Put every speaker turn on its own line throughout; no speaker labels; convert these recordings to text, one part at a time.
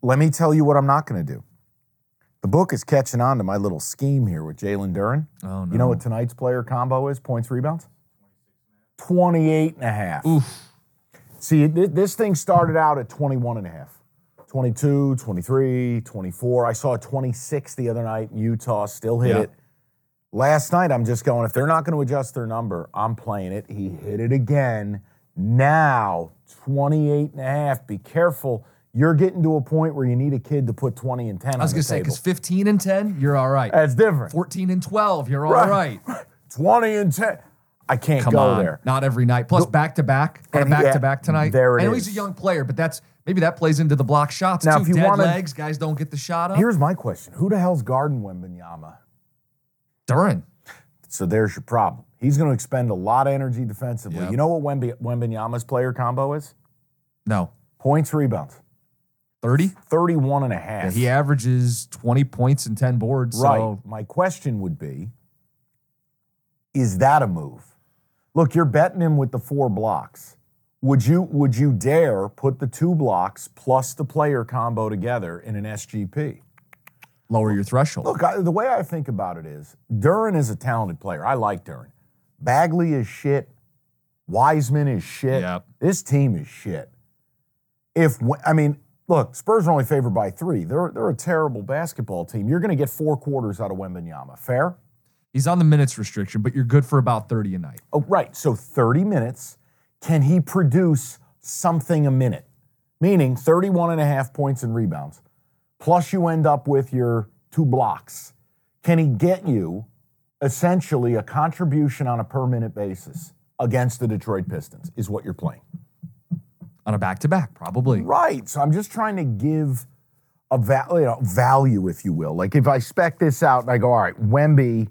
Let me tell you what I'm not going to do. The book is catching on to my little scheme here with Jalen Duran.
Oh, no.
You know what tonight's player combo is? Points, rebounds? 28 and a half. See, th- this thing started out at 21 and a half. 22, 23, 24. I saw 26 the other night. Utah still hit
Yeah.
it. Last night, I'm just going, if they're not going to adjust their number, I'm playing it. He hit it again. Now, 28 and a half. Be careful. You're getting to a point where you need a kid to put 20 and 10
I was
on
gonna
the
say
table.
because 15 and 10, you're all right.
That's different.
14 and 12, you're all right.
20 and 10. I can't
Come
go
on,
there.
not every night. Plus back to back,
And he-
back to back
yeah,
tonight.
there it
I know
is.
he's a young player, but that's maybe that plays into the block shots
Now,
too.
if you
Dead
wanna-
legs, guys don't get the shot up.
Here's my question Who the hell's guarding Wembenyama?
Durin.
So there's your problem. He's going to expend a lot of energy defensively.
Yep.
You know what Wemby, Wembenyama's player combo is?
No,
Points, rebounds,
30.
31 and a half.
Yeah, he averages 20 points and 10 boards.
Right.
So
My question would be Is that a move? Look, you're betting him with the four blocks. Would you would you dare put the two blocks plus the player combo together in an SGP?
lower your threshold.
Look, I, the way I think about it is Duran is a talented player. I like Duran. Bagley is shit. Wiseman is shit.
Yep.
This team is shit. If w- I mean, look, Spurs are only favored by three. They're they're a terrible basketball team. You're going to get four quarters out of Wembenyama. Fair?
He's on the minutes restriction, but you're good for about 30 a night.
Oh, right. So 30 minutes. Can he produce something a minute? Meaning 31 and a half points and rebounds. Plus, you end up with your two blocks. Can he get you essentially a contribution on a per minute basis against the Detroit Pistons, is what you're playing?
on a back to back, probably.
Right. So I'm just trying to give a va- you know, value, if you will. Like if I spec this out and I go, all right, Wemby,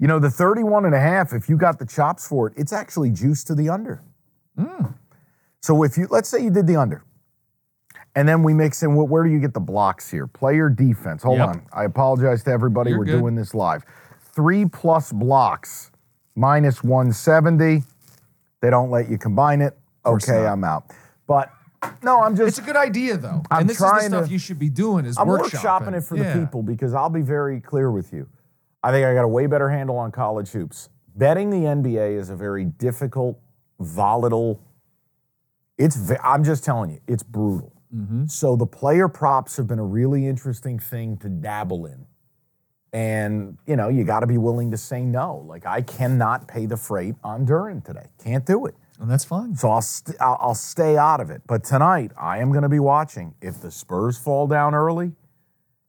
you know, the 31 and a half, if you got the chops for it, it's actually juice to the under. Hmm. So if you, let's say you did the under. And then we mix in, wh- where do you get the blocks here? Player defense. Hold
Yep.
on. I apologize to everybody.
You're
We're
good.
doing this live. Three plus blocks, minus 170. They don't let you combine it.
course
Okay,
not.
I'm out. But no, I'm
It's
just
a good idea though.
I'm
and this is the
trying
stuff
to-
you should be doing is
I'm
workshopping.
workshopping it for
Yeah.
the people because I'll be very clear with you. I think I got a way better handle on college hoops. Betting the NBA is a very difficult, volatile. It's ve- I'm just telling you, it's brutal. So the player props have been a really interesting thing to dabble in. And, you know, you got to be willing to say no. Like I cannot pay the freight on Duran today. Can't do it.
And that's fine.
So I'll, st- I'll I'll stay out of it. But tonight, I am going to be watching. If the Spurs fall down early,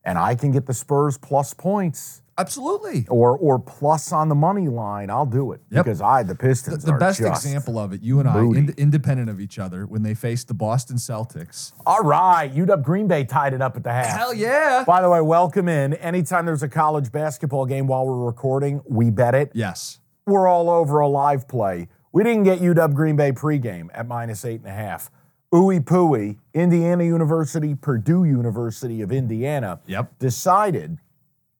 and I can get the Spurs plus points
Absolutely.
or or plus on the money line, I'll do it
Yep.
because I the
The,
Pistons
the
are
best
just-
example of it, you and I,
moody.
ind- independent of each other, when they faced the Boston Celtics.
All right, UW Green Bay tied it up at the half.
Hell yeah.
By the way, welcome in. Anytime there's a college basketball game while we're recording, we bet it.
Yes.
We're all over a live play. We didn't get UW Green Bay pregame at minus eight and a half. Ooey Pooey, Indiana University, Purdue University of Indiana
Yep.
decided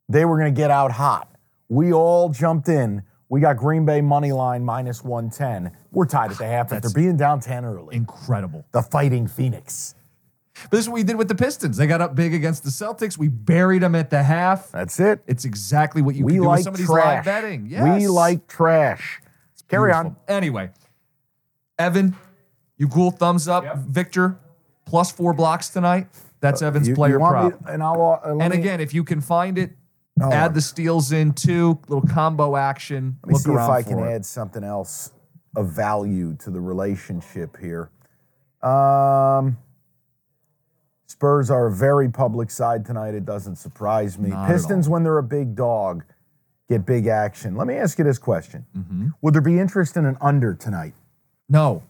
they were going to get out hot. We all jumped in. We got Green Bay money line minus 110. We're tied at the half after
That's-
being down 10 early.
Incredible.
the Fighting Phoenix.
But this is what we did with the Pistons. They got up big against the Celtics. We buried them at the half.
That's it.
It's exactly what you
we
can do
like
with somebody's
trash.
live betting. Yes.
We like trash. Carry on.
Beautiful. Anyway, Evan, you cool thumbs up. Victor, plus four blocks tonight. That's Evans'
Uh, You-
player
you want me-
prop.
and I'll. Uh, let
and
me-
again, if you can find it,
No,
add the steals in too. Little combo action.
Let me
Look
see if
around
I
for
can
it.
add something else of value to the relationship here. Um, Spurs are a very public side tonight. It doesn't surprise me.
Not at
Pistons, when they're a big dog, get big action. Let me ask you this question:
Mm-hmm.
Would there be interest in an under tonight?
No,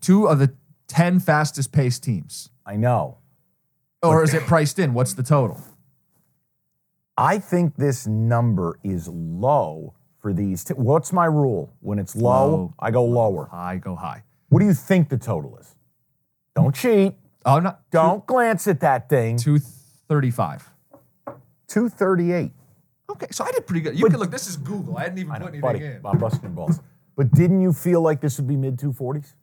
two of the ten fastest paced teams.
I know.
Or is it priced in? What's the total?
I think this number is low for these. T- What's my rule? When it's low,
Low.
I go lower.
High go high.
What do you think the total is? Don't cheat.
Oh, no,
Don't glance at that thing.
two thirty-five.
238.
Okay, so I did pretty good. You can look. This is Google. I didn't even put anything
Buddy,
in.
I'm busting balls. But didn't you feel like this would be mid 240s?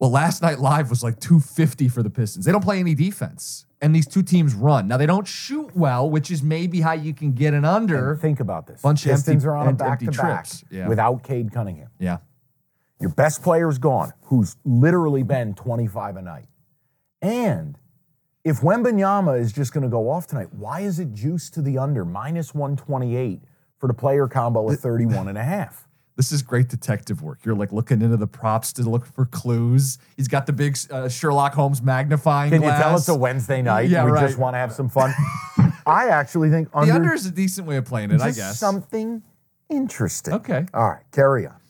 Well, last night live was like 250 for the Pistons. They don't play any defense, and these two teams run. Now they don't shoot well, which is maybe how you can get an under.
Think about this.
Bunch of empty-
Pistons are on a
em- empty
back-to-back
trips. Yeah.
without Cade Cunningham.
yeah,
Your best player's gone, who's literally been 25 a night. And if Wembenyama is just going to go off tonight, why is it juiced to the under minus 128 for the player combo of 31 and a half?
this is great detective work. You're like looking into the props to look for clues. He's got the big uh, Sherlock Holmes magnifying
Can you
glass.
tell it's a Wednesday night?
Yeah,
we
right.
just want to have some fun. I actually think
the
under,
under is a decent way of playing it, I
just
guess.
something interesting.
Okay.
All right, carry on.